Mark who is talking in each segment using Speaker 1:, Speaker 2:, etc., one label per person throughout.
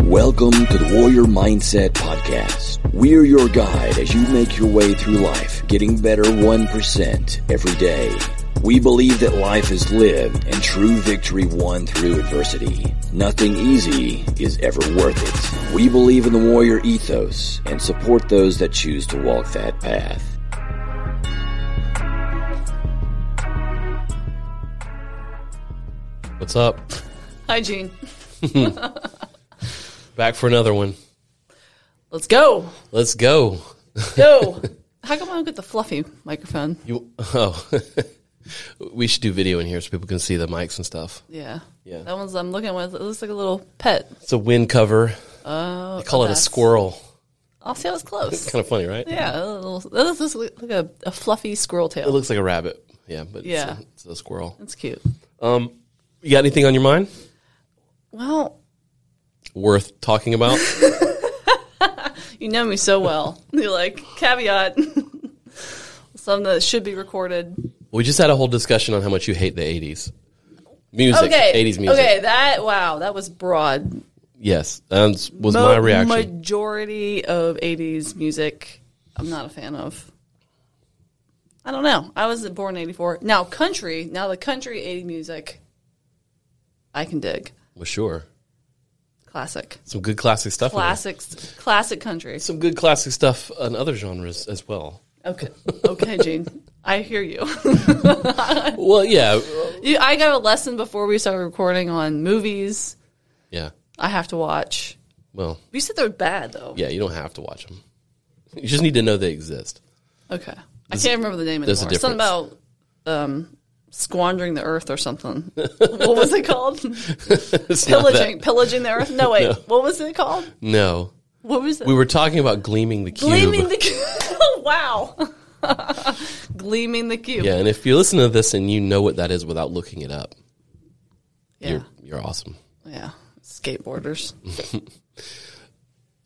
Speaker 1: Welcome to the Warrior Mindset Podcast. We're your guide as you make your way through life, getting better 1% every day. We believe that life is lived and true victory won through adversity. Nothing easy is ever worth it. We believe in the warrior ethos and support those that choose to walk that path.
Speaker 2: What's up?
Speaker 3: Hi, Gene.
Speaker 2: Back for another one.
Speaker 3: Let's go.
Speaker 2: Let's go.
Speaker 3: Go. How come I don't get the fluffy microphone?
Speaker 2: You oh, we should do video in here so people can see the mics and stuff.
Speaker 3: Yeah.
Speaker 2: Yeah.
Speaker 3: That one's I'm looking at. It looks like a little pet.
Speaker 2: It's a wind cover. Oh, they call it a
Speaker 3: that's-
Speaker 2: squirrel.
Speaker 3: I'll see how it's close.
Speaker 2: Kind of funny, right?
Speaker 3: Yeah. A little, that looks like like a, a fluffy squirrel
Speaker 2: It
Speaker 3: tail.
Speaker 2: looks like a rabbit. Yeah, but
Speaker 3: Yeah.
Speaker 2: it's, a, it's a squirrel.
Speaker 3: That's cute.
Speaker 2: You got anything on your mind
Speaker 3: Well,
Speaker 2: worth talking about?
Speaker 3: you know me so well. You're like, caveat. Something that should be recorded.
Speaker 2: we just had a whole discussion on how much you hate the '80s music.
Speaker 3: Okay.
Speaker 2: '80s music.
Speaker 3: Okay. That, wow, that was broad.
Speaker 2: Yes, that was was
Speaker 3: Mo-
Speaker 2: my reaction.
Speaker 3: Majority of '80s music, I'm not a fan of. I don't know. I was born in '84. Now country, now the country '80s music, I can dig.
Speaker 2: well, sure.
Speaker 3: Classic,
Speaker 2: Some good classic stuff. in there.
Speaker 3: classics, classic country.
Speaker 2: Some good classic stuff on other genres as well.
Speaker 3: Okay, okay, Gene, I hear you.
Speaker 2: Well, yeah,
Speaker 3: you. I got a lesson before we started recording on movies
Speaker 2: yeah.
Speaker 3: I have to watch.
Speaker 2: Well,
Speaker 3: You said they're bad though.
Speaker 2: Yeah, you don't have to watch them. You just need to know they exist.
Speaker 3: Okay, I can't remember the name
Speaker 2: there's a
Speaker 3: anymore. Something about
Speaker 2: difference.
Speaker 3: um, squandering the earth or something. what was it called?
Speaker 2: It's not that-
Speaker 3: pillaging, pillaging the earth. No, wait. What was it called?
Speaker 2: No.
Speaker 3: What was it?
Speaker 2: We were talking about gleaming the cube.
Speaker 3: Gleaming the cube. oh, wow. Gleaming the cube.
Speaker 2: yeah, and if you listen to this and you know what that is without looking it up,
Speaker 3: Yeah.
Speaker 2: you're you're awesome.
Speaker 3: Yeah. Skateboarders.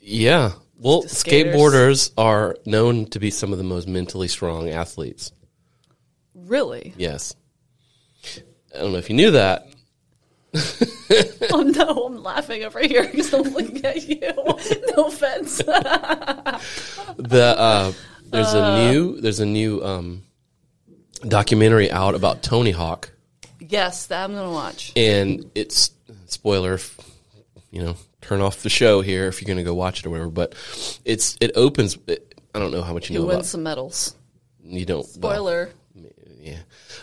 Speaker 2: Yeah. Well,
Speaker 3: Skaters.
Speaker 2: skateboarders are known to be some of the most mentally strong athletes.
Speaker 3: Really?
Speaker 2: Yes. I don't know if you knew that.
Speaker 3: Oh no, I'm laughing over here because I'm looking at you. No offense.
Speaker 2: The uh, there's a new there's a new um, documentary out about Tony Hawk.
Speaker 3: yes, that I'm gonna watch.
Speaker 2: and it's spoiler f- you know turn off the show here if you're going to go watch it or whatever but it's it opens it, i don't know how much you
Speaker 3: He
Speaker 2: know about
Speaker 3: wins some medals.
Speaker 2: you don't well,
Speaker 3: Spoiler.
Speaker 2: yeah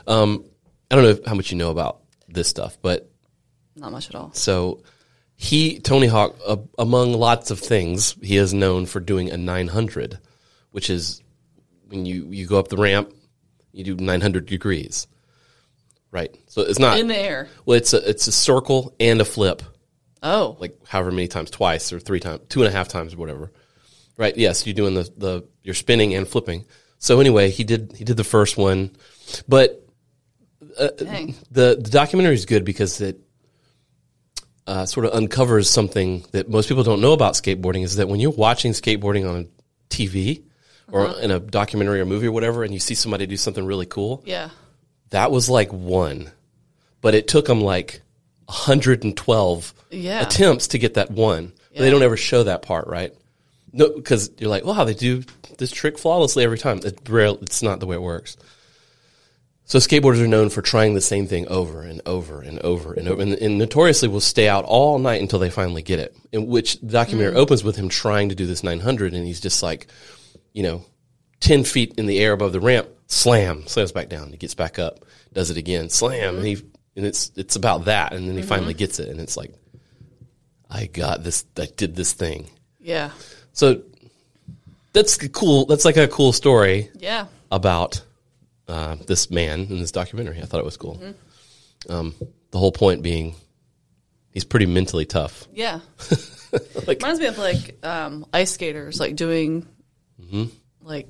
Speaker 2: um i don't know how much you know about this stuff but
Speaker 3: Not much at all.
Speaker 2: so he tony hawk a among lots of things he is known for doing a 900 which is when you you go up the ramp you do 900 degrees right so it's not
Speaker 3: In the air.
Speaker 2: well it's a it's a circle and a flip
Speaker 3: Oh.
Speaker 2: like however many times, twice or three times, two and a half times or whatever. Right? Yes, you're doing the the you're spinning and flipping. So anyway, he did he did the first one, but
Speaker 3: dang.
Speaker 2: the the documentary is good because it uh, sort of uncovers something that most people don't know about skateboarding is that when you're watching skateboarding on TV or in a documentary or movie or whatever, and you see somebody do something really cool,
Speaker 3: Yeah.
Speaker 2: that was like one, but it took them like 112
Speaker 3: Yeah.
Speaker 2: attempts to get that one. But They don't ever show that part, right? No, because you're like, wow, they do this trick flawlessly every time. It rarely, it's not the way it works. So skateboarders are known for trying the same thing over and over and over and over, and, and notoriously will stay out all night until they finally get it. In which the documentary opens with him trying to do this 900, and he's just like, you know, 10 feet in the air above the ramp, slam, slams back down. He gets back up, does it again, slam. And, he, and it's, it's about that. And then he finally gets it. And it's like, I got this, I did this thing.
Speaker 3: Yeah.
Speaker 2: So that's a cool. That's like a cool story
Speaker 3: Yeah.
Speaker 2: about uh, this man in this documentary. I thought it was cool.
Speaker 3: Mm-hmm.
Speaker 2: Um, the whole point being he's pretty mentally tough.
Speaker 3: Yeah.
Speaker 2: Like-
Speaker 3: Reminds me of like um, ice skaters, like doing
Speaker 2: Mm-hmm.
Speaker 3: like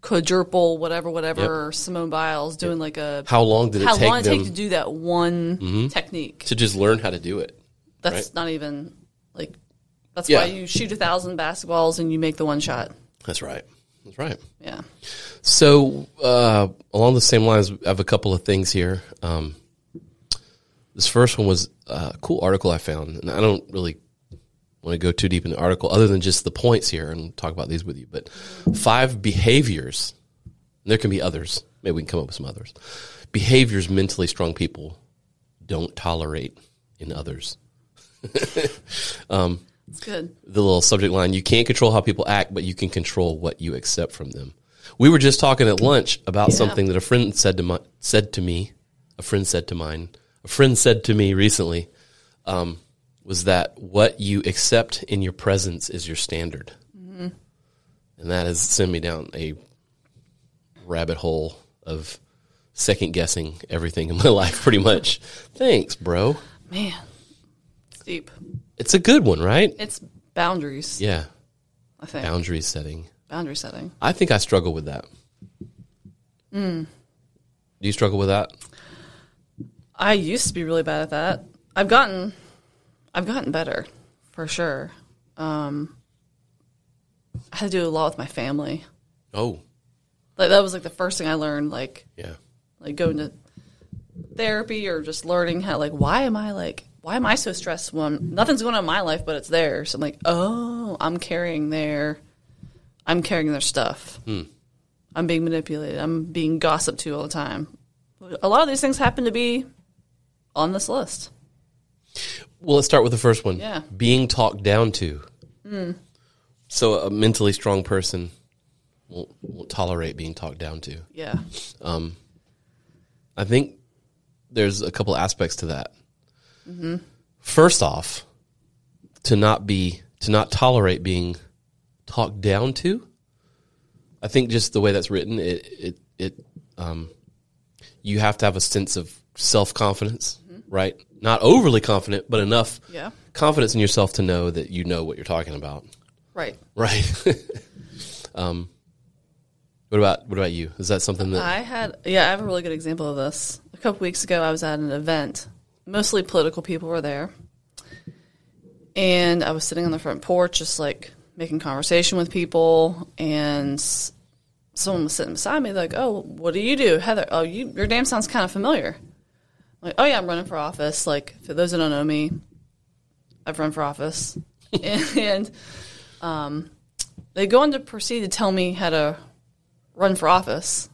Speaker 3: quadruple, whatever, whatever, Simone Biles doing like a
Speaker 2: How long did it
Speaker 3: how
Speaker 2: take
Speaker 3: long it
Speaker 2: them Mm-hmm.
Speaker 3: take to do that one technique.
Speaker 2: to just learn how to do it?
Speaker 3: That's
Speaker 2: right?
Speaker 3: not even like that's
Speaker 2: Yeah.
Speaker 3: why you shoot a thousand basketballs and you make the one shot.
Speaker 2: That's right. That's right.
Speaker 3: Yeah.
Speaker 2: So, uh, along the same lines, I have a couple of things here. Um, this first one was a cool article I found, and I don't really want to go too deep in the article other than just the points here and talk about these with you. But five behaviors, and there can be others. Maybe we can come up with some others. Behaviors mentally strong people don't tolerate in others.
Speaker 3: It's good.
Speaker 2: the little subject line you can't control how people act but you can control what you accept from them we were just talking at lunch about something that a friend said to my, said to me a friend said to mine a friend said to me recently um, was that what you accept in your presence is your standard and that has sent me down a rabbit hole of second guessing everything in my life pretty much thanks bro
Speaker 3: Man, it's deep.
Speaker 2: it's a good one right
Speaker 3: It's boundaries,
Speaker 2: yeah
Speaker 3: I think.
Speaker 2: boundary setting
Speaker 3: Boundary setting.
Speaker 2: I think I struggle with that. Hmm. Do you struggle with that?
Speaker 3: I used to be really bad at that. I've gotten, I've gotten better, for sure. Um, I had to do a lot with my family.
Speaker 2: Oh,
Speaker 3: Like that was like the first thing I learned. Like
Speaker 2: yeah.
Speaker 3: like going to therapy or just learning how like why am I like why am I so stressed when nothing's going on in my life but it's theirs. I'm like oh I'm carrying their I'm carrying their stuff. I'm being manipulated. I'm being gossiped to all the time. A lot of these things happen to be on this list.
Speaker 2: Well, let's start with the first one.
Speaker 3: Yeah.
Speaker 2: Being talked down to. Hmm. So a mentally strong person won't, won't tolerate being talked down to.
Speaker 3: Yeah.
Speaker 2: I think there's a couple aspects to that. First off, to not be to not tolerate being talked down to. I think just the way that's written, it it it um, you have to have a sense of self confidence, right? Not overly confident, but enough
Speaker 3: Yeah.
Speaker 2: confidence in yourself to know that you know what you're talking about,
Speaker 3: Right.
Speaker 2: right? um, what about what about you? Is that something that
Speaker 3: I had yeah, I have a really good example of this. A couple weeks ago I was at an event. Mostly political people were there. And I was sitting on the front porch just like making conversation with people and s- someone was sitting beside me like, "Oh, what do you do, Heather? Oh, you your name sounds kind of familiar." I'm like, "Oh yeah, I'm running for office." Like for those that don't know me, I've run for office. and, and um they go on to proceed to tell me how to run for office.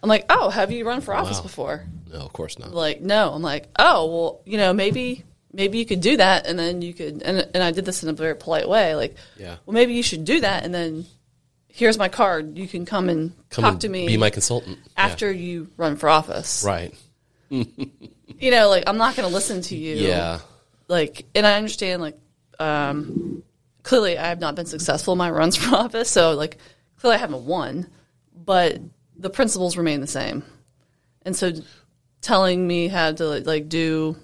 Speaker 3: I'm like, oh, have you run for office before?
Speaker 2: no, of course not.
Speaker 3: Like, no. I'm like, oh, well, you know, maybe maybe you could do that, and then you could. And and I did this in a very polite way, like,
Speaker 2: Yeah.
Speaker 3: well, maybe you should do that, and then here's my card. You can come and
Speaker 2: Come
Speaker 3: talk
Speaker 2: and
Speaker 3: to me
Speaker 2: Be my consultant. Yeah.
Speaker 3: after you run for office.
Speaker 2: Right.
Speaker 3: You know, like I'm not going to listen to you.
Speaker 2: Yeah.
Speaker 3: like and I understand like um clearly I have not been successful in my runs for office, so like clearly I haven't won, but the principles remain the same. And so telling me how to like, like do the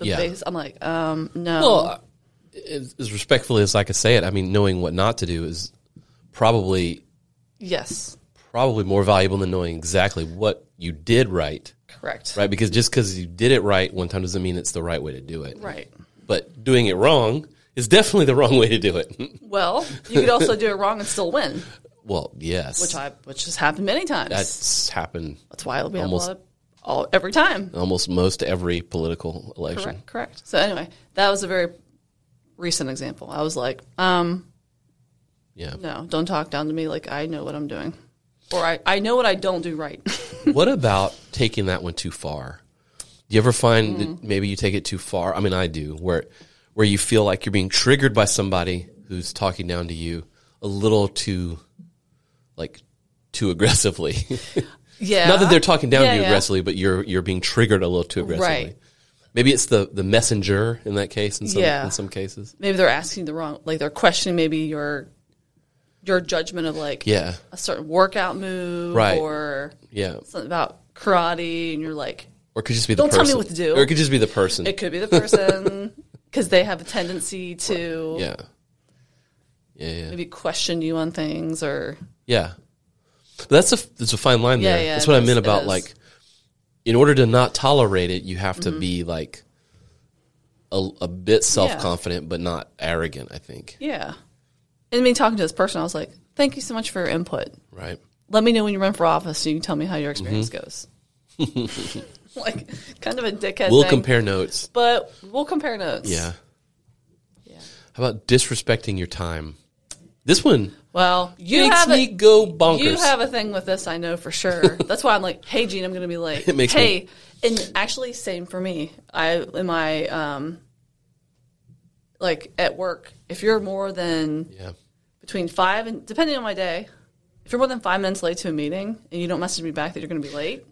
Speaker 2: Yeah.
Speaker 3: base I'm like, um no.
Speaker 2: Well, uh, as, as respectfully as I could say it, I mean, knowing what not to do is probably
Speaker 3: yes.
Speaker 2: probably more valuable than knowing exactly what you did right,
Speaker 3: Correct.
Speaker 2: right? Because just because you did it right one time doesn't mean it's the right way to do it.
Speaker 3: Right.
Speaker 2: But doing it wrong is definitely the wrong way to do it.
Speaker 3: Well, you could also do it wrong and still win,
Speaker 2: well, yes,
Speaker 3: which I which has happened many times. That's,
Speaker 2: that's happened
Speaker 3: why we
Speaker 2: almost-
Speaker 3: have a lot of all every time.
Speaker 2: almost most every political election.
Speaker 3: Correct, correct. So anyway, that was a very recent example. I was like, um,
Speaker 2: Yeah.
Speaker 3: no, don't talk down to me. Like I know what I'm doing, or I, I know what I don't do right.
Speaker 2: what about taking that one too far? Do you ever find
Speaker 3: Mm.
Speaker 2: that maybe you take it too far? I mean, I do, where where you feel like you're being triggered by somebody who's talking down to you a little too, like, too aggressively.
Speaker 3: yeah,
Speaker 2: Not that they're talking down
Speaker 3: Uh-huh. Yeah,
Speaker 2: to you
Speaker 3: yeah.
Speaker 2: aggressively, but you're you're being triggered a little too aggressively.
Speaker 3: Right.
Speaker 2: Maybe it's the the messenger in that case. In some
Speaker 3: Yeah.
Speaker 2: in some cases,
Speaker 3: maybe they're asking the wrong, like they're questioning maybe your your judgment of like
Speaker 2: yeah,
Speaker 3: a certain workout move
Speaker 2: Right.
Speaker 3: or
Speaker 2: yeah,
Speaker 3: something about karate, and you're like,
Speaker 2: or it could just be
Speaker 3: Don't
Speaker 2: the
Speaker 3: tell me
Speaker 2: person.
Speaker 3: what to do.
Speaker 2: Or it could just be the person.
Speaker 3: it could be the person because they have a tendency to
Speaker 2: yeah, yeah, yeah.
Speaker 3: maybe question you on things or
Speaker 2: Yeah, But that's a that's a fine line
Speaker 3: Yeah,
Speaker 2: there.
Speaker 3: yeah,
Speaker 2: that's what
Speaker 3: it
Speaker 2: I
Speaker 3: is,
Speaker 2: meant
Speaker 3: it
Speaker 2: about
Speaker 3: is.
Speaker 2: like, in order to not tolerate it, you have
Speaker 3: Mm-hmm.
Speaker 2: to be like a, a bit self confident, but not arrogant. I think
Speaker 3: yeah. And me talking to this person, I was like, thank you so much for your input.
Speaker 2: right.
Speaker 3: let me know when you run for office so you can tell me how your experience goes. like kind of a dickhead.
Speaker 2: Mm-hmm. We'll
Speaker 3: thing.
Speaker 2: compare notes.
Speaker 3: but we'll compare notes.
Speaker 2: Yeah.
Speaker 3: Yeah.
Speaker 2: How about disrespecting your time? This one
Speaker 3: Well, you
Speaker 2: makes
Speaker 3: have
Speaker 2: me
Speaker 3: a,
Speaker 2: go bonkers.
Speaker 3: you have a thing with this. I know for sure. That's why I'm like, hey, Gene, I'm going to be late.
Speaker 2: It makes
Speaker 3: hey,
Speaker 2: me-
Speaker 3: and actually, same for me. I in my um, like at work. If you're more than
Speaker 2: yeah.
Speaker 3: between five and depending on my day, if you're more than five minutes late to a meeting and you don't message me back that you're going to be late,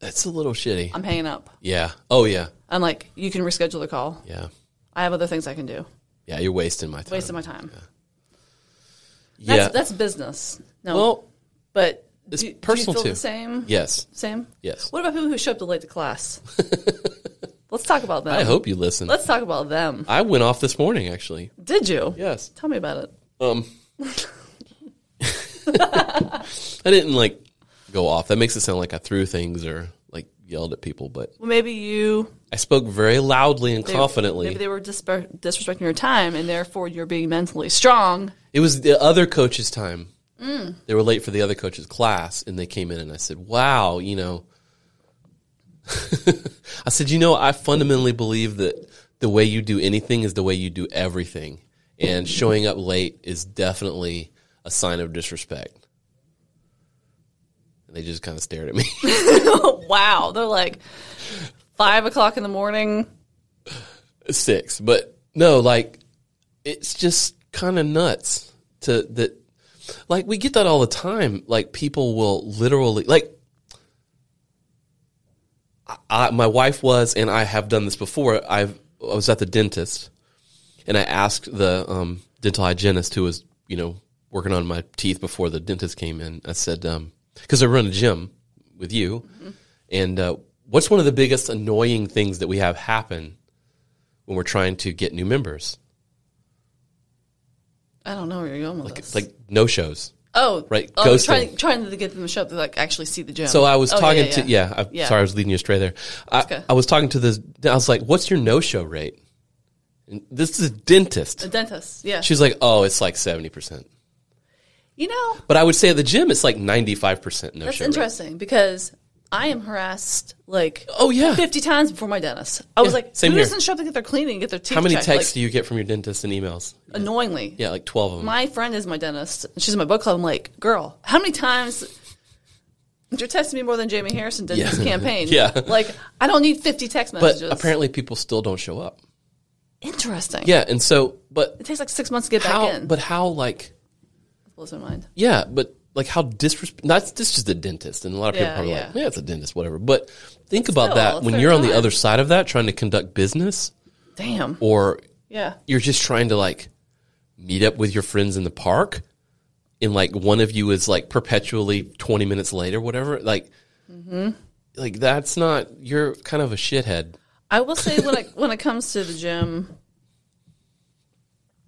Speaker 2: That's a little shitty.
Speaker 3: I'm hanging up.
Speaker 2: yeah. Oh yeah.
Speaker 3: I'm like, you can reschedule the call.
Speaker 2: Yeah.
Speaker 3: I have other things I can do.
Speaker 2: Yeah, you're wasting my time.
Speaker 3: Wasting my time.
Speaker 2: yeah.
Speaker 3: That's, that's business. No,
Speaker 2: well,
Speaker 3: but
Speaker 2: it's
Speaker 3: do, do you
Speaker 2: personal,
Speaker 3: feel
Speaker 2: too.
Speaker 3: The same.
Speaker 2: yes.
Speaker 3: Same.
Speaker 2: Yes.
Speaker 3: What about people who show up late to class? Let's talk about them.
Speaker 2: I hope you listen.
Speaker 3: Let's talk about them.
Speaker 2: I went off this morning actually.
Speaker 3: Did you?
Speaker 2: Yes.
Speaker 3: Tell me about it.
Speaker 2: Um I didn't like go off. That makes it sound like I threw things or like yelled at people, but
Speaker 3: Well, maybe you
Speaker 2: I spoke very loudly and
Speaker 3: they-
Speaker 2: confidently.
Speaker 3: Maybe they were disper- disrespecting your time, and therefore you're being mentally strong.
Speaker 2: It was the other coach's time. They were late for the other coach's class, and they came in, and I said, "Wow, you know." I said, "You know, I fundamentally believe that the way you do anything is the way you do everything, and showing up late is definitely a sign of disrespect." And they just kind of stared at me.
Speaker 3: wow, they're like five o'clock in the morning.
Speaker 2: six, but no, like it's just kind of nuts to that. Like we get that all the time. Like people will literally like. I, my wife was, and I have done this before. I've I was at the dentist, and I asked the um, dental hygienist who was you know working on my teeth before the dentist came in. I said because I run a gym with you, and uh, what's one of the biggest annoying things that we have happen when we're trying to get new members.
Speaker 3: I don't know where you're going with
Speaker 2: It's
Speaker 3: this.
Speaker 2: like no shows.
Speaker 3: oh,
Speaker 2: right,
Speaker 3: Oh,
Speaker 2: ghosting.
Speaker 3: trying, trying to get them to show up to like actually see the gym.
Speaker 2: So I was
Speaker 3: Oh,
Speaker 2: talking to
Speaker 3: yeah.
Speaker 2: yeah. I,
Speaker 3: Yeah.
Speaker 2: Sorry, I was leading you astray there. I,
Speaker 3: okay.
Speaker 2: I was talking to this. I was like, "What's your no show rate?" And this is a dentist.
Speaker 3: the dentist. Yeah,
Speaker 2: She's like, "Oh, it's like seventy percent."
Speaker 3: you know
Speaker 2: But I would say at the gym, it's like ninety-five percent no
Speaker 3: that's
Speaker 2: show. rate.
Speaker 3: interesting because I am harassed like
Speaker 2: Oh yeah.
Speaker 3: 50 times before my dentist. I was
Speaker 2: Yeah,
Speaker 3: like,
Speaker 2: same
Speaker 3: who
Speaker 2: here.
Speaker 3: doesn't show up to get their cleaning and get their teeth
Speaker 2: How many
Speaker 3: checked?
Speaker 2: texts
Speaker 3: like,
Speaker 2: do you get from your dentist and emails?
Speaker 3: Annoyingly.
Speaker 2: Yeah, like twelve of them.
Speaker 3: My friend is my dentist. and She's in my book club. I'm like, girl, how many times you're texting me more than Jamie Harrison did in this campaign?
Speaker 2: Yeah.
Speaker 3: Like, I don't need 50 text
Speaker 2: but
Speaker 3: messages.
Speaker 2: apparently, people still don't show up.
Speaker 3: Interesting.
Speaker 2: Yeah, and so, but
Speaker 3: It takes like six months to get back
Speaker 2: how?
Speaker 3: in.
Speaker 2: But how? Like,
Speaker 3: blows my mind.
Speaker 2: Yeah, but like how disrespect. That's this is the dentist, and a lot of people
Speaker 3: Yeah,
Speaker 2: are probably
Speaker 3: yeah.
Speaker 2: like, "Yeah, it's a dentist, whatever." But think about
Speaker 3: still,
Speaker 2: that
Speaker 3: it's
Speaker 2: when
Speaker 3: their
Speaker 2: you're on the
Speaker 3: time.
Speaker 2: other side of that, trying to conduct business,
Speaker 3: Damn.
Speaker 2: or
Speaker 3: Yeah.
Speaker 2: you're just trying to like meet up with your friends in the park, and like one of you is like perpetually twenty minutes late or whatever. Like,
Speaker 3: Mm-hmm.
Speaker 2: like that's not. You're kind of a shithead.
Speaker 3: I will say when it when it comes to the gym,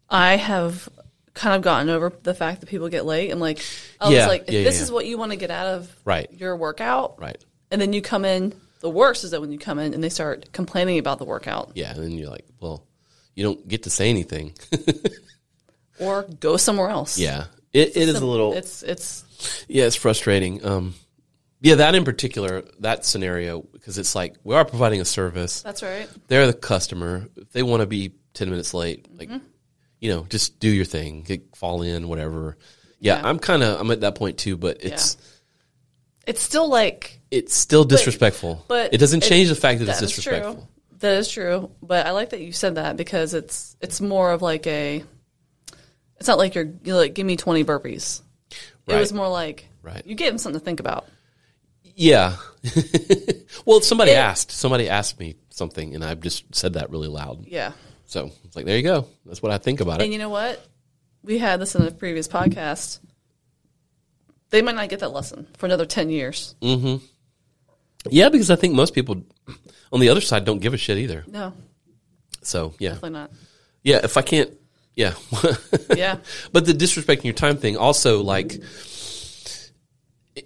Speaker 3: I have kind of gotten over the fact that people get late. I'm like, I
Speaker 2: Yeah,
Speaker 3: was like, if
Speaker 2: yeah, yeah,
Speaker 3: this
Speaker 2: yeah.
Speaker 3: is what you want to get out of
Speaker 2: Right.
Speaker 3: your workout,
Speaker 2: Right.
Speaker 3: and then you come in. The worst is that when you come in and they start complaining about the workout
Speaker 2: Yeah, and then you're like, well, you don't get to say anything.
Speaker 3: or go somewhere else.
Speaker 2: yeah, it, it is a little.
Speaker 3: It's it's
Speaker 2: Yeah, it's frustrating. Um, yeah, that in particular, that scenario, because it's like we are providing a service.
Speaker 3: that's right.
Speaker 2: They're the customer. If they want to be ten minutes late, like
Speaker 3: Mm-hmm.
Speaker 2: you know, just do your thing, Get, fall in, whatever. Yeah,
Speaker 3: Yeah.
Speaker 2: I'm kind of I'm at that point too, but it's
Speaker 3: It's still like
Speaker 2: it's still disrespectful.
Speaker 3: but
Speaker 2: it doesn't
Speaker 3: it-
Speaker 2: change the fact that it's
Speaker 3: that is
Speaker 2: disrespectful.
Speaker 3: true. That is true. But I like that you said that because it's it's more of like a. It's not like you're, you're like give me twenty burpees. It was
Speaker 2: Right.
Speaker 3: more like
Speaker 2: Right.
Speaker 3: you gave him something to think about.
Speaker 2: Yeah. well, somebody
Speaker 3: It-
Speaker 2: asked. Somebody asked me something, and I've just said that really loud.
Speaker 3: Yeah.
Speaker 2: So it's like, there you go. That's what I think about
Speaker 3: And
Speaker 2: it.
Speaker 3: you know what? We had this in a previous podcast. They might not get that lesson for another 10 years.
Speaker 2: Mm. Yeah, because I think most people on the other side don't give a shit either.
Speaker 3: No,
Speaker 2: So yeah,
Speaker 3: definitely not.
Speaker 2: yeah. If I can't, yeah.
Speaker 3: Yeah.
Speaker 2: but the disrespecting your time thing also like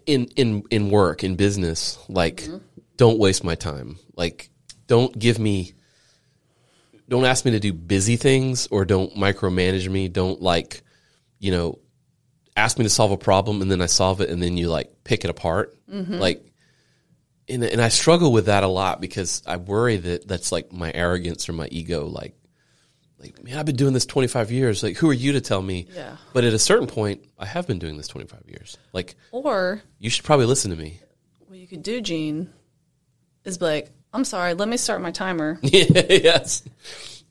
Speaker 2: in in in work in business like don't waste my time like don't give me don't ask me to do busy things or don't micromanage me don't like you know ask me to solve a problem and then I solve it and then you like pick it apart like and and I struggle with that a lot because I worry that that's like my arrogance or my ego. Like, like man, I've been doing this twenty five years. Like, who are you to tell me?
Speaker 3: Yeah.
Speaker 2: But at a certain point, I have been doing this twenty five years. Like,
Speaker 3: Or
Speaker 2: you should probably listen to me.
Speaker 3: what you could do, Gene, is be like, I'm sorry, let me start my timer.
Speaker 2: yes.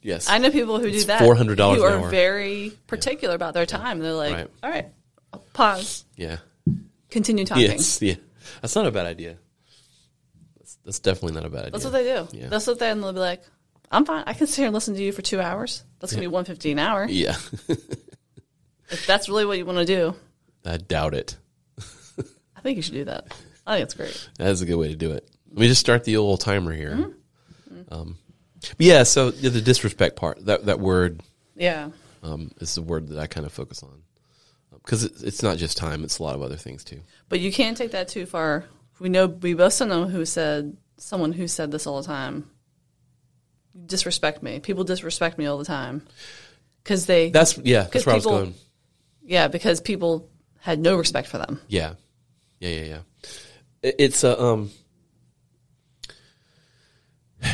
Speaker 2: Yes.
Speaker 3: I know people who do that.
Speaker 2: $400
Speaker 3: You
Speaker 2: an
Speaker 3: are
Speaker 2: hour.
Speaker 3: very particular about their time. They're like,
Speaker 2: Right.
Speaker 3: all right, I'll pause,
Speaker 2: yeah.
Speaker 3: continue talking.
Speaker 2: Yes. Yeah. That's not a bad idea. That's, that's definitely not a bad idea.
Speaker 3: That's what they do.
Speaker 2: Yeah.
Speaker 3: That's what they and they'll be like, I'm fine. I can sit here and listen to you for two hours. That's gonna be one fifty an hour.
Speaker 2: yeah.
Speaker 3: If that's really what you want to do,
Speaker 2: I doubt it.
Speaker 3: I think you should do that. I think it's great.
Speaker 2: That's a good way to do it. Let me just start the old timer here. Um,
Speaker 3: Mm-hmm.
Speaker 2: but yeah, so the the disrespect part, that, that word
Speaker 3: Yeah.
Speaker 2: um, is the word that I kind of focus on. Because it, it's not just time, it's a lot of other things too.
Speaker 3: But you can't take that too far. We know we both know who said someone who said this all the time. Disrespect me. People disrespect me all the time because they.
Speaker 2: That's, yeah, that's
Speaker 3: 'Cause
Speaker 2: where I
Speaker 3: people-
Speaker 2: was going.
Speaker 3: yeah, because people had no respect for them.
Speaker 2: Yeah, yeah, yeah, yeah. I- It's a um,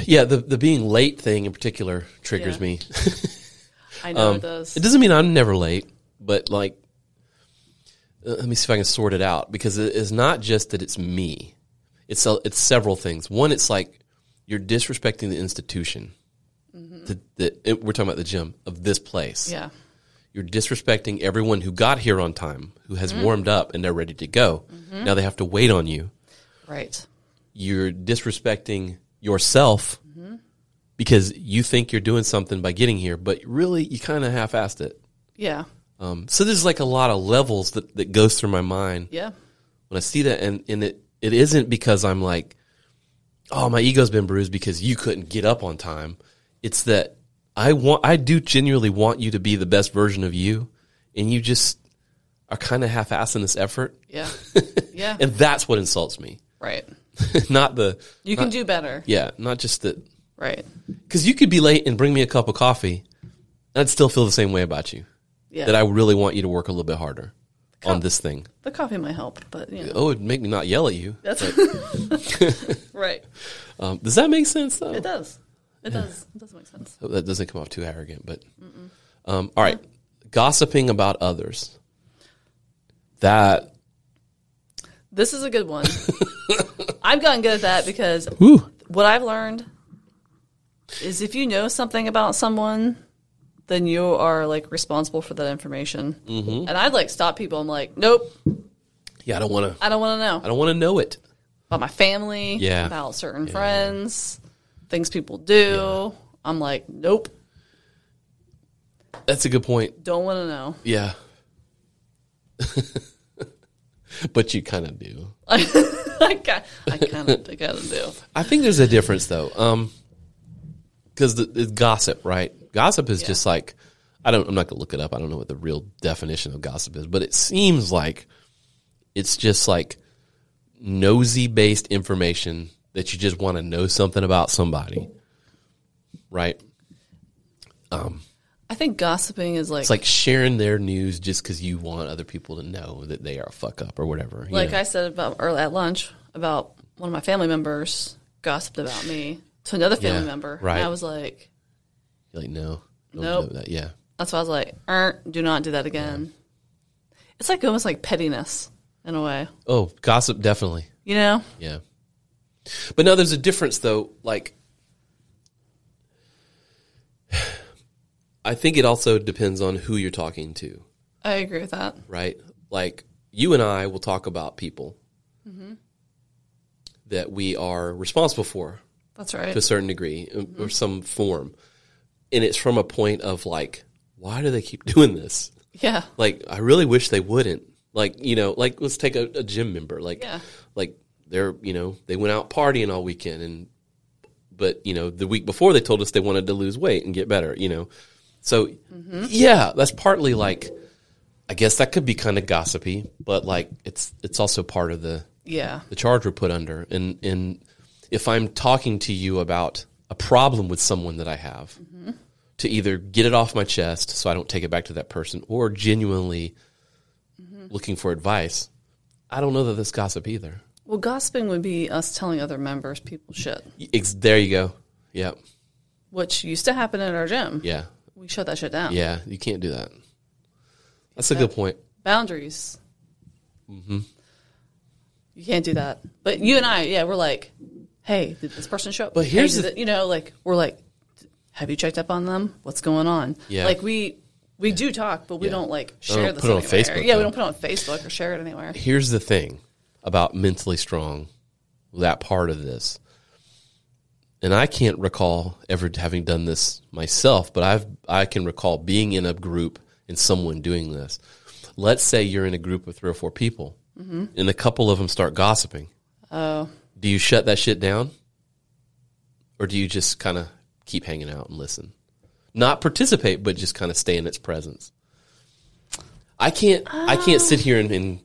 Speaker 2: yeah. The the being late thing in particular triggers
Speaker 3: Yeah.
Speaker 2: me.
Speaker 3: I know it does.
Speaker 2: Um, It doesn't mean I'm never late, but like, uh, let me see if I can sort it out because it is not just that it's me. It's a, it's several things. One, it's like you're disrespecting the institution. The, the, it- we're talking about the gym of this place.
Speaker 3: Mm-hmm. yeah.
Speaker 2: You're disrespecting everyone who got here on time, who has
Speaker 3: Mm.
Speaker 2: warmed up and they're ready to go.
Speaker 3: Mm-hmm.
Speaker 2: Now they have to wait on you.
Speaker 3: Right.
Speaker 2: you're disrespecting yourself because you think you're doing something by getting here, but really you kind of half-assed it.
Speaker 3: Yeah.
Speaker 2: Um, so there's like a lot of levels that, that goes through my mind
Speaker 3: Yeah.
Speaker 2: when I see that, and, and it it isn't because I'm like, oh, my ego's been bruised because you couldn't get up on time. It's that I want, I do genuinely want you to be the best version of you, and you just are kind of half-assing this effort,
Speaker 3: Yeah. Yeah.
Speaker 2: and that's what insults me,
Speaker 3: right.
Speaker 2: not the
Speaker 3: You can do better.
Speaker 2: yeah, not just that
Speaker 3: Right.
Speaker 2: Because you could be late and bring me a cup of coffee, and I'd still feel the same way about you.
Speaker 3: Yeah.
Speaker 2: That I really want you to work a little bit harder on this thing.
Speaker 3: the coffee might help, but you know.
Speaker 2: Oh, it'd make me not yell at you.
Speaker 3: That's right.
Speaker 2: Um, does that make sense, though?
Speaker 3: It does. It does. It does make sense.
Speaker 2: Hope that doesn't come off too arrogant, but. Um, all right. Gossiping about others. That.
Speaker 3: This is a good one. I've gotten good at that because
Speaker 2: Whew.
Speaker 3: what I've learned is if you know something about someone, then you are like responsible for that information. Mm-hmm. And I'd like stop people. I'm like, nope,
Speaker 2: Yeah, I don't want to.
Speaker 3: I don't want to
Speaker 2: I
Speaker 3: know
Speaker 2: don't want to know it.
Speaker 3: about my family,
Speaker 2: Yeah.
Speaker 3: about certain friends, things people do. I'm like, nope,
Speaker 2: That's a good point.
Speaker 3: don't want to know.
Speaker 2: Yeah. but you kind of do.
Speaker 3: I kind, I kind of, I kind of do.
Speaker 2: I think there's a difference though, because the, it's gossip, right? Gossip is just like I don't. I'm not gonna look it up. I don't know what the real definition of gossip is, but it seems like it's just like nosy based information that you just want to know something about somebody, right?
Speaker 3: I think gossiping is
Speaker 2: It's like sharing their news just because you want other people to know that they are a fuck up or whatever. you
Speaker 3: like
Speaker 2: know?
Speaker 3: I said about early at lunch about one of my family members gossiped about me to another family
Speaker 2: Yeah,
Speaker 3: member.
Speaker 2: right.
Speaker 3: And I was like,
Speaker 2: You're like no, don't
Speaker 3: Nope.
Speaker 2: know that. Yeah,
Speaker 3: that's why I was like, er, do not do that again. It's like almost like pettiness in a way,
Speaker 2: oh, gossip definitely.
Speaker 3: you know?
Speaker 2: Yeah. But no, there's a difference though. Like, I think it also depends on who you're talking to,
Speaker 3: I agree with that.
Speaker 2: right? Like, you and I will talk about people that we are responsible for
Speaker 3: That's right.
Speaker 2: to a certain degree uh, or- or some form. And it's from a point of like, why do they keep doing this?
Speaker 3: yeah.
Speaker 2: like I really wish they wouldn't. Like you know, like let's take a, a gym member. Like
Speaker 3: Yeah.
Speaker 2: like they're you know they went out partying all weekend and but you know the week before they told us they wanted to lose weight and get better. You know, so yeah, that's partly like I guess that could be kind of gossipy, but like it's it's also part of the
Speaker 3: Yeah.
Speaker 2: the charge we're put under. And and if I'm talking to you about a problem with someone that I have, to either get it off my chest so I don't take it back to that person, or genuinely looking for advice, I don't know that that's gossip either.
Speaker 3: Well, gossiping would be us telling other members people shit,
Speaker 2: Ex- there you go. Yeah.
Speaker 3: which used to happen at our gym.
Speaker 2: Yeah.
Speaker 3: We shut that shit down.
Speaker 2: Yeah. You can't do that. That's a good point.
Speaker 3: Boundaries.
Speaker 2: Mm-hmm.
Speaker 3: You can't do that. But you and I, yeah, we're like, hey, did this person show up?
Speaker 2: But
Speaker 3: Hey,
Speaker 2: here's
Speaker 3: did
Speaker 2: the-
Speaker 3: it- you know, like we're like, have you checked up on them? What's going on?
Speaker 2: Yeah.
Speaker 3: Like we we do talk, but we don't like share
Speaker 2: don't
Speaker 3: this
Speaker 2: put it on
Speaker 3: anywhere.
Speaker 2: Facebook,
Speaker 3: yeah,
Speaker 2: though.
Speaker 3: we don't put it on Facebook or share it anywhere.
Speaker 2: Here's the thing about mentally strong, that part of this. And I can't recall ever having done this myself, but I've I can recall being in a group and someone doing this. Let's say you're in a group of three or four people, and a couple of them start gossiping.
Speaker 3: Oh,
Speaker 2: Do you shut that shit down? Or do you just kind of keep hanging out and listen? Not participate, but just kind of stay in its presence. I can't I can't sit here and, and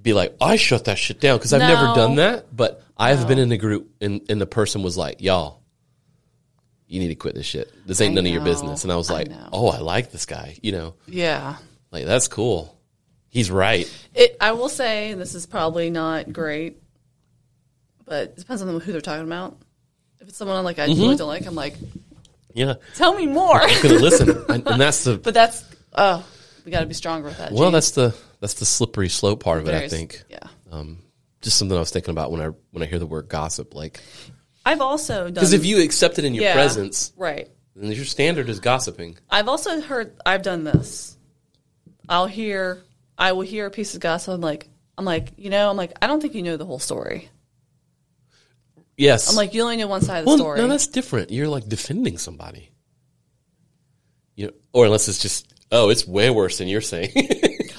Speaker 2: be like, I shut that shit down because I've never
Speaker 3: No.
Speaker 2: done that, but I've been in a group and, and the person was like, Y'all, you need to quit this shit. This ain't
Speaker 3: I
Speaker 2: none of your
Speaker 3: know.
Speaker 2: business. And I was
Speaker 3: I
Speaker 2: like,
Speaker 3: know.
Speaker 2: Oh, I like this guy, you know.
Speaker 3: yeah.
Speaker 2: Like that's cool. He's right.
Speaker 3: It, I will say and this is probably not great, but it depends on who they're talking about. If it's someone like I
Speaker 2: Mm-hmm.
Speaker 3: really don't like, I'm like,
Speaker 2: Yeah.
Speaker 3: tell me more.
Speaker 2: Gonna listen. and, and that's the
Speaker 3: but that's oh, we got to be stronger with that.
Speaker 2: Well,
Speaker 3: Gene.
Speaker 2: that's the that's the slippery slope part of it. I
Speaker 3: There's-
Speaker 2: think
Speaker 3: Yeah,
Speaker 2: just something I was thinking about when I when I hear the word gossip, like
Speaker 3: I've also done
Speaker 2: because if you accept it in your
Speaker 3: yeah,
Speaker 2: presence,
Speaker 3: right?
Speaker 2: then your standard is gossiping.
Speaker 3: I've also heard I've done this. I'll hear I will hear a piece of gossip. I'm like I'm like you know I'm like I don't think you know the whole story.
Speaker 2: Yes,
Speaker 3: I'm like you only know one side of the
Speaker 2: well,
Speaker 3: story.
Speaker 2: no, that's different. You're like defending somebody, you know, or unless it's just oh, it's way worse than you're saying.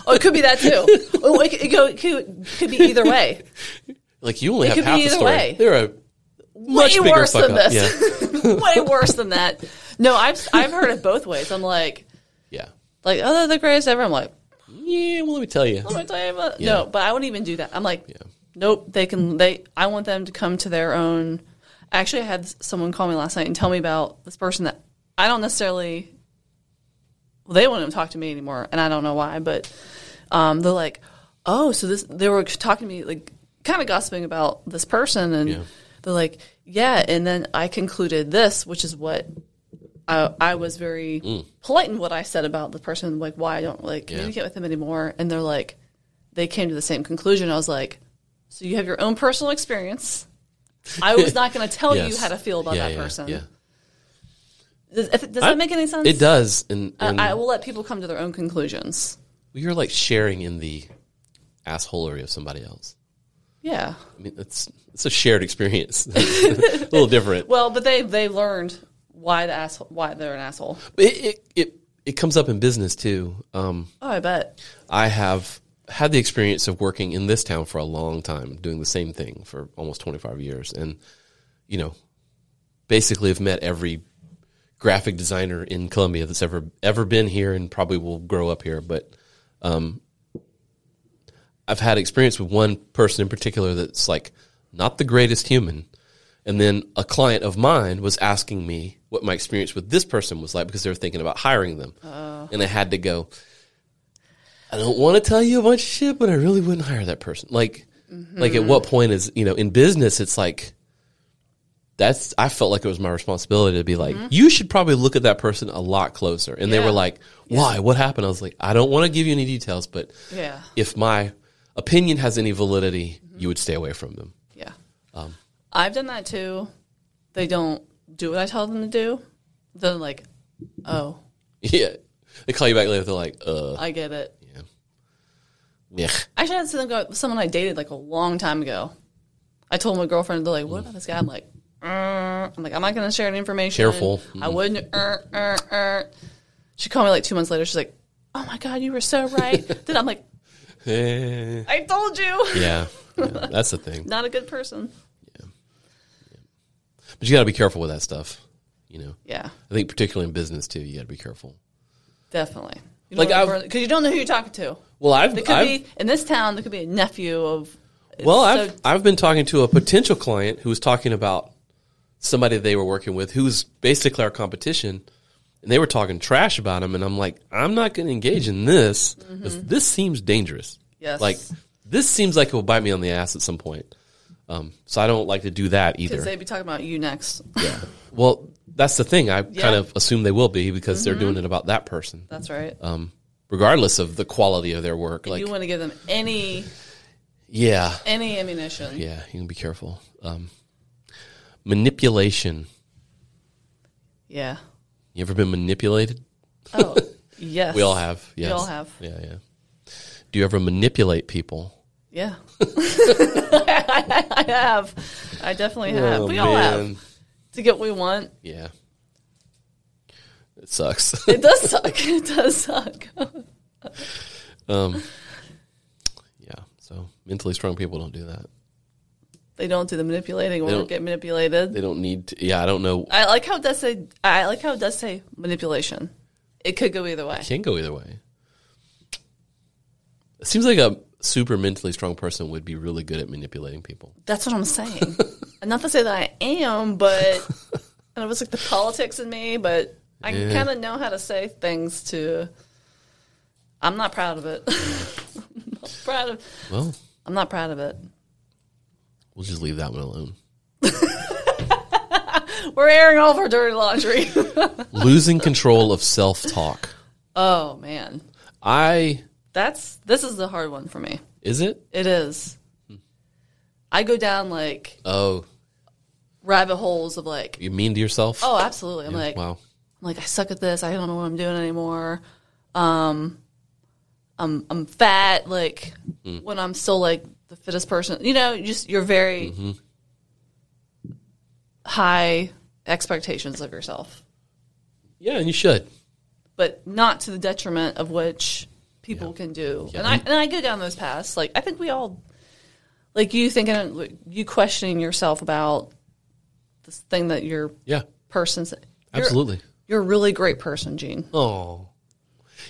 Speaker 3: oh, it could be that too. oh, it, could, it, go- it could, could be either way.
Speaker 2: like you only have
Speaker 3: could be
Speaker 2: half the
Speaker 3: either
Speaker 2: story.
Speaker 3: way.
Speaker 2: They're a much
Speaker 3: Way
Speaker 2: bigger
Speaker 3: worse
Speaker 2: fuck
Speaker 3: than
Speaker 2: up.
Speaker 3: this. Way worse than that. No, I've I've heard it both ways. I'm like
Speaker 2: Yeah,
Speaker 3: like oh they're the greatest ever. I'm like
Speaker 2: yeah, yeah. Well, let me tell you.
Speaker 3: I'm gonna tell you about-
Speaker 2: Yeah.
Speaker 3: No, but I wouldn't even do that. I'm like, nope. They can. They. I want them to come to their own. Actually, I had someone call me last night and tell me about this person that I don't necessarily. Well, they won't even talk to me anymore, and I don't know why. But um, they're like, oh, so this. They were talking to me like kind of gossiping about this person, and
Speaker 2: Yeah.
Speaker 3: they're like, yeah. And then I concluded this, which is what. I, I was very
Speaker 2: Mm.
Speaker 3: polite in what I said about the person, like why I don't like communicate with them anymore. And they're like, they came to the same conclusion. I was like, so you have your own personal experience. I was not going to tell you
Speaker 2: Yes.
Speaker 3: how to feel about
Speaker 2: Yeah,
Speaker 3: that
Speaker 2: yeah,
Speaker 3: person.
Speaker 2: Yeah,
Speaker 3: Does, if, does
Speaker 2: I-
Speaker 3: that make any sense? Uh,
Speaker 2: it does. And, and
Speaker 3: I will let people come to their own conclusions.
Speaker 2: you're like sharing in the assholery of somebody else.
Speaker 3: Yeah.
Speaker 2: I mean, it's it's a shared experience, a little different.
Speaker 3: Well, but they they learned why the asshole why they're an asshole.
Speaker 2: But it, it it it comes up in business too. Um,
Speaker 3: Oh, I bet.
Speaker 2: I have had the experience of working in this town for a long time, doing the same thing for almost twenty five years, and you know, basically have met every graphic designer in Columbia that's ever ever been here and probably will grow up here. But um, I've had experience with one person in particular that's like not the greatest human. And then a client of mine was asking me what my experience with this person was like because they were thinking about hiring them.
Speaker 3: Oh.
Speaker 2: And I had to go, I don't want to tell you a bunch of shit, but I really wouldn't hire that person. Like,
Speaker 3: Mm-hmm.
Speaker 2: like at what point is you know in business? It's like that's I felt like it was my responsibility to be like, you should probably look at that person a lot closer. And they
Speaker 3: Mm-hmm. Yeah.
Speaker 2: were like, why? What happened? I was like, I don't want to give you any details, but
Speaker 3: Yeah.
Speaker 2: if my opinion has any validity, you would stay away from them.
Speaker 3: Yeah.
Speaker 2: Um.
Speaker 3: I've done that too. They don't do what I tell them to do. They're like, oh,
Speaker 2: Yeah, they call you back later. They're like, uh,
Speaker 3: I get it.
Speaker 2: yeah.
Speaker 3: Actually, I had someone, go, someone I dated like a long time ago. I told my girlfriend, they're like, "What about this guy?" I'm like, "Uh," "I'm like, I'm not going to share any information.
Speaker 2: Careful. Mm-hmm.
Speaker 3: I wouldn't." Uh, uh, uh. She called me like two months later. She's like, "Oh my god, you were so right." then I'm like,
Speaker 2: Eh.
Speaker 3: "I told you,
Speaker 2: yeah, yeah, that's the thing.
Speaker 3: not a good person."
Speaker 2: But you got to be careful with that stuff. You know,
Speaker 3: Yeah,
Speaker 2: I think particularly in business too, you got to be careful.
Speaker 3: definitely. You
Speaker 2: Like, I've-
Speaker 3: because you don't know who you're talking to.
Speaker 2: Well, I've,
Speaker 3: It could
Speaker 2: I've
Speaker 3: be in this town. There could be a nephew of.
Speaker 2: well,
Speaker 3: so-
Speaker 2: I've I've been talking to a potential client who was talking about somebody they were working with who's basically our competition, and they were talking trash about him, and I'm like, I'm not going to engage in this 'cause this seems dangerous.
Speaker 3: Mm-hmm. Yes.
Speaker 2: like this seems like it will bite me on the ass at some point. Um, so I don't like to do that either.
Speaker 3: Because they'd be talking about you next.
Speaker 2: Well, that's the thing. I
Speaker 3: Yeah. Mm-hmm.
Speaker 2: kind of assume they will be because they're doing it about that person,
Speaker 3: That's right.
Speaker 2: um, regardless of the quality of their work. Like,
Speaker 3: you want to give them any
Speaker 2: yeah,
Speaker 3: any ammunition.
Speaker 2: yeah, you can be careful. Um, manipulation.
Speaker 3: Yeah.
Speaker 2: You ever been manipulated?
Speaker 3: Oh, yes.
Speaker 2: We all have. Yes.
Speaker 3: all have.
Speaker 2: Yeah, yeah. Do you ever manipulate people?
Speaker 3: Yeah. I have. I definitely have.
Speaker 2: Oh,
Speaker 3: Uh, we all
Speaker 2: man.
Speaker 3: have. To get what we want.
Speaker 2: Yeah. It sucks.
Speaker 3: It does suck. It does suck.
Speaker 2: um, yeah. So mentally strong people don't do that.
Speaker 3: They don't do the manipulating. We
Speaker 2: They
Speaker 3: don't
Speaker 2: don't-
Speaker 3: get manipulated.
Speaker 2: They don't need to. Yeah, I don't know.
Speaker 3: I like how it does say I like how it does say manipulation. It could go either way.
Speaker 2: Can go either way. It seems like a super mentally strong person would be really good at manipulating people.
Speaker 3: That's what I'm saying. And not to say that I am, but and it was like the politics in me, but I
Speaker 2: Yeah.
Speaker 3: kind of know how to say things to. I'm not proud of it. I'm not proud of.
Speaker 2: Well,
Speaker 3: I'm not proud of it.
Speaker 2: we'll just leave that one alone.
Speaker 3: We're airing all of our dirty laundry.
Speaker 2: Losing control of self talk.
Speaker 3: oh man,
Speaker 2: I.
Speaker 3: that's this is the hard one for me.
Speaker 2: Is it?
Speaker 3: It is. I go down like
Speaker 2: Oh,
Speaker 3: rabbit holes of like,
Speaker 2: you mean to yourself?
Speaker 3: oh, absolutely. I'm like,
Speaker 2: wow.
Speaker 3: I'm like I suck at this. I don't know what I'm doing anymore. Um, I'm I'm fat. Like when I'm still like the fittest person, you know, you just you're very high expectations of yourself,
Speaker 2: Yeah, and you should.
Speaker 3: but not to the detriment of which people can do. And I and I go down those paths. Like I think we all, like you thinking, you questioning yourself about this thing that your
Speaker 2: Yeah,
Speaker 3: person's. you're-
Speaker 2: absolutely.
Speaker 3: you're a really great person, Gene.
Speaker 2: Oh.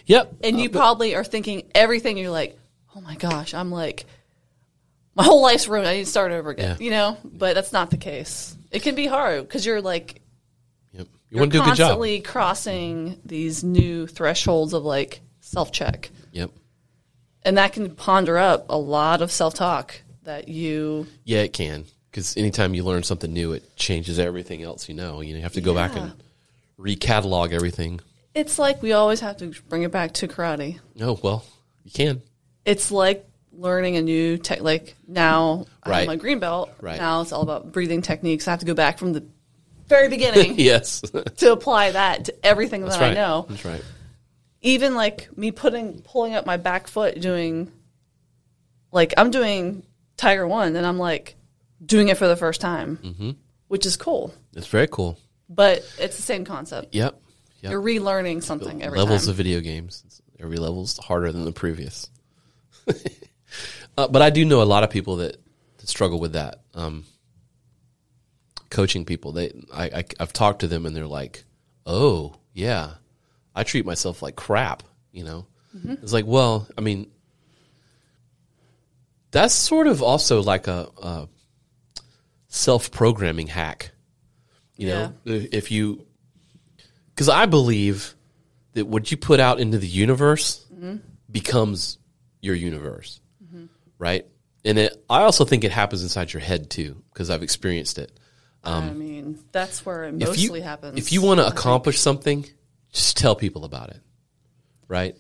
Speaker 2: Yep.
Speaker 3: and you probably are thinking everything. You're like, oh my gosh, I'm like, my whole life's ruined. I need to start over again.
Speaker 2: Yeah.
Speaker 3: You know, but that's not the case. It can be hard because you're like
Speaker 2: Yep. You
Speaker 3: you're
Speaker 2: want to do a good job.
Speaker 3: constantly crossing these new thresholds of like self check,
Speaker 2: Yep.
Speaker 3: and that can ponder up a lot of self talk that you
Speaker 2: Yeah, it can. Because anytime you learn something new, it changes everything else you know. You have to go back and recatalog everything.
Speaker 3: it's like we always have to bring it back to karate
Speaker 2: Oh, well, you can.
Speaker 3: it's like learning a new tech. Like now, I
Speaker 2: Right.
Speaker 3: have my green belt.
Speaker 2: Right.
Speaker 3: Now it's all about breathing techniques. I have to go back from the very beginning
Speaker 2: Yes. That's
Speaker 3: to apply that to everything that
Speaker 2: right.
Speaker 3: I know.
Speaker 2: That's right.
Speaker 3: Even like me putting pulling up my back foot, doing like I'm doing Tiger One, and I'm like doing it for the first time, mm-hmm. which is cool.
Speaker 2: That's very cool.
Speaker 3: But it's the same concept.
Speaker 2: Yep. Yep.
Speaker 3: You're relearning something every
Speaker 2: levels
Speaker 3: time.
Speaker 2: of video games. Every level's harder than the previous. uh, but I do know a lot of people that, that struggle with that. Um, coaching people, they I, I I've talked to them and they're like, "Oh yeah, I treat myself like crap." You know,
Speaker 3: Mm-hmm.
Speaker 2: it's like, well, I mean, that's sort of also like a, a self-programming hack. You know, if you because I believe that what you put out into the universe becomes your universe, right? And it, I also think it happens inside your head too, because I've experienced it.
Speaker 3: I mean, that's where it
Speaker 2: um, If you-
Speaker 3: mostly happens.
Speaker 2: If you want to accomplish something, just tell people about it, right?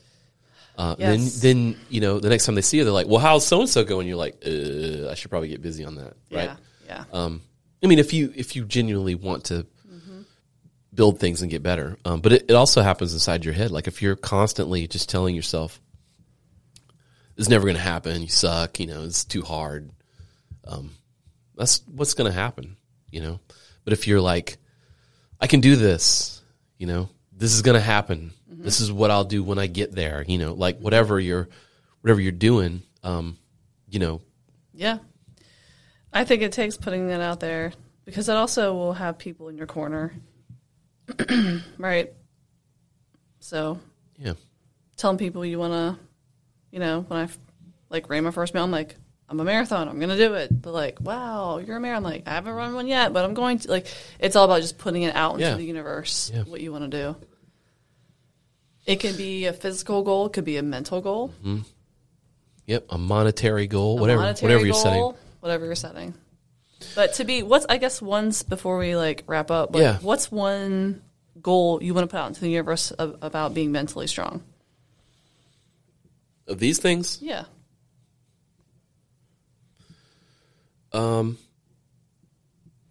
Speaker 2: Uh,
Speaker 3: Yes.
Speaker 2: Then, then you know, the next time they see you, they're like, "Well, how's so and so going?" You're like, uh, "I should probably get busy on that."
Speaker 3: yeah,
Speaker 2: Right?
Speaker 3: yeah,
Speaker 2: Um, I mean, if you if you genuinely want to build things and get better, um, but it, it also happens inside your head. Like if you're constantly just telling yourself, "It's never going to happen. You suck. You know, it's too hard." Um, that's what's going to happen. You know, but if you're like, "I can do this," you know, this is going to happen.
Speaker 3: Mm-hmm.
Speaker 2: This is what I'll do when I get there. You know, like whatever you're, whatever you're doing, um, you know,
Speaker 3: Yeah. I think it takes putting that out there because it also will have people in your corner. right. So
Speaker 2: yeah,
Speaker 3: telling people you want to, you know, when I f- like ran my first mile, I'm like, I'm a marathon. I'm going to do it. They're like, wow, you're a marathon. I'm like, I haven't run one yet, but I'm going to. Like, it's all about just putting it out into
Speaker 2: Yeah.
Speaker 3: the universe,
Speaker 2: Yeah.
Speaker 3: what you want to do. It can be a physical goal, it could be a mental goal,
Speaker 2: Yep, a monetary goal,
Speaker 3: a
Speaker 2: whatever,
Speaker 3: monetary
Speaker 2: whatever you're
Speaker 3: goal,
Speaker 2: setting.
Speaker 3: whatever you're setting. But to be what's I guess once before we like wrap up, like,
Speaker 2: Yeah.
Speaker 3: what's one goal you want to put out into the universe of, about being mentally strong?
Speaker 2: Of these things,
Speaker 3: Yeah.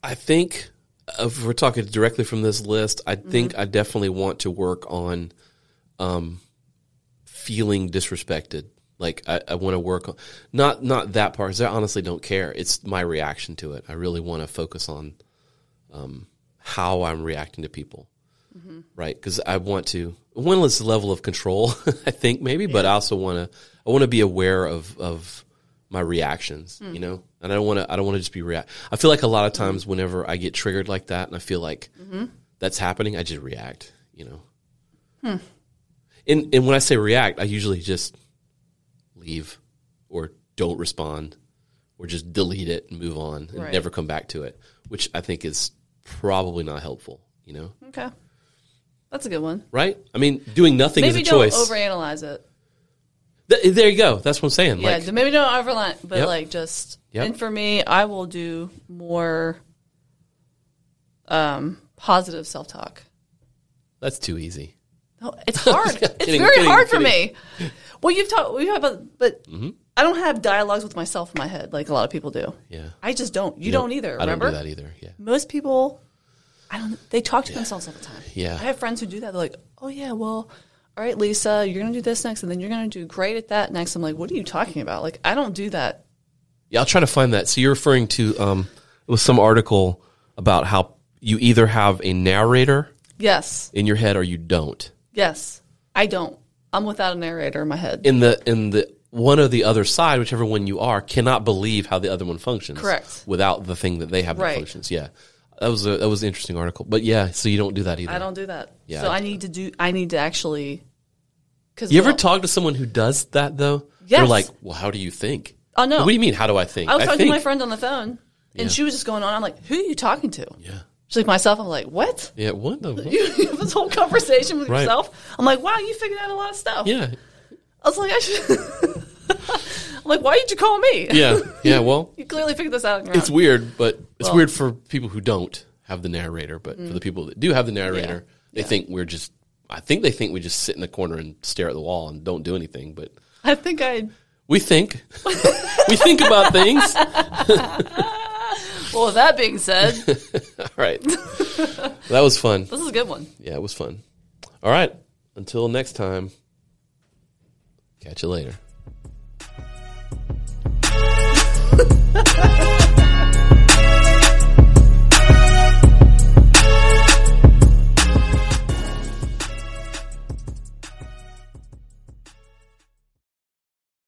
Speaker 2: I think uh, if we're talking directly from this list, I think I definitely want to work on um, feeling disrespected. Like I, I want to work on not not that part because I honestly don't care. It's my reaction to it. I really want to focus on um, how I'm reacting to people, right? Because I want to one less level of control, I think maybe, but I also want to I want to be aware of of my reactions, you know, and I don't want to. I don't want to just be react. I feel like a lot of times whenever I get triggered like that, and I feel like that's happening, I just react, you know. And and when I say react, I usually just leave or don't respond or just delete it and move on and
Speaker 3: Right.
Speaker 2: never come back to it, which I think is probably not helpful, you know.
Speaker 3: Okay. That's a good one.
Speaker 2: Right? I mean, doing nothing
Speaker 3: Maybe
Speaker 2: is a
Speaker 3: don't
Speaker 2: choice.
Speaker 3: overanalyze it.
Speaker 2: Th- there you go. That's what I'm saying.
Speaker 3: Yeah,
Speaker 2: like
Speaker 3: d- maybe don't overanalyze, but
Speaker 2: Yep.
Speaker 3: like just.
Speaker 2: Yep.
Speaker 3: And for me, I will do more um, positive self talk.
Speaker 2: that's too easy.
Speaker 3: No, it's hard. it's
Speaker 2: Kidding,
Speaker 3: very
Speaker 2: kidding,
Speaker 3: hard for
Speaker 2: kidding. Mm-hmm.
Speaker 3: me. Well, you've talked, we have, a, but I don't have dialogues with myself in my head like a lot of people do.
Speaker 2: Yeah.
Speaker 3: I just don't. You
Speaker 2: Nope.
Speaker 3: don't either.
Speaker 2: I don't
Speaker 3: Remember?
Speaker 2: do that either. Yeah.
Speaker 3: Most people, I don't. They talk to themselves all the time.
Speaker 2: Yeah.
Speaker 3: I have friends who do that. They're like, "Oh yeah, well, all right, Lisa, you're gonna do this next, and then you're gonna do great at that next." I'm like, "What are you talking about? Like, I don't do that."
Speaker 2: Yeah, I'll try to find that. So you're referring to um, it was some article about how you either have a narrator
Speaker 3: Yes,
Speaker 2: in your head or you don't.
Speaker 3: yes, I don't. I'm without a narrator in my head.
Speaker 2: In the in the one or the other side, whichever one you are, cannot believe how the other one functions.
Speaker 3: Correct.
Speaker 2: Without the thing that they have
Speaker 3: Right.
Speaker 2: that functions. Yeah, that was a that was an interesting article. But yeah, so you don't do that either.
Speaker 3: I don't do that.
Speaker 2: Yeah,
Speaker 3: so
Speaker 2: I-
Speaker 3: I, need to do. I need to actually. Cause
Speaker 2: You ever
Speaker 3: well,
Speaker 2: talk to someone who does that though? They're
Speaker 3: Yes.
Speaker 2: like, well, how do you think?
Speaker 3: Oh, no.
Speaker 2: What do you mean? How do I think?
Speaker 3: I was talking
Speaker 2: think.
Speaker 3: to my friend on the phone, and she was just going on. I'm like, "Who are you talking to?"
Speaker 2: Yeah.
Speaker 3: She's like, "Myself." I'm like, "What?"
Speaker 2: Yeah. What the? What?
Speaker 3: You have this whole conversation with
Speaker 2: Right.
Speaker 3: yourself. I'm like, "Wow, you figured out a lot of stuff."
Speaker 2: Yeah.
Speaker 3: I was like, I should. I'm like, why did you call me?
Speaker 2: Yeah. Yeah. Well.
Speaker 3: You clearly figured this out on your
Speaker 2: it's
Speaker 3: own.
Speaker 2: weird, but it's weird for people who don't have the narrator. But
Speaker 3: Mm.
Speaker 2: for the people that do have the narrator, they think we're just. I think they think we just sit in the corner and stare at the wall and don't do anything. But
Speaker 3: I think I.
Speaker 2: we think, we think about things. All
Speaker 3: Well, with that being said, this
Speaker 2: right, that was fun.
Speaker 3: is a good one.
Speaker 2: Yeah, it was fun. All right, until next time. Catch you later.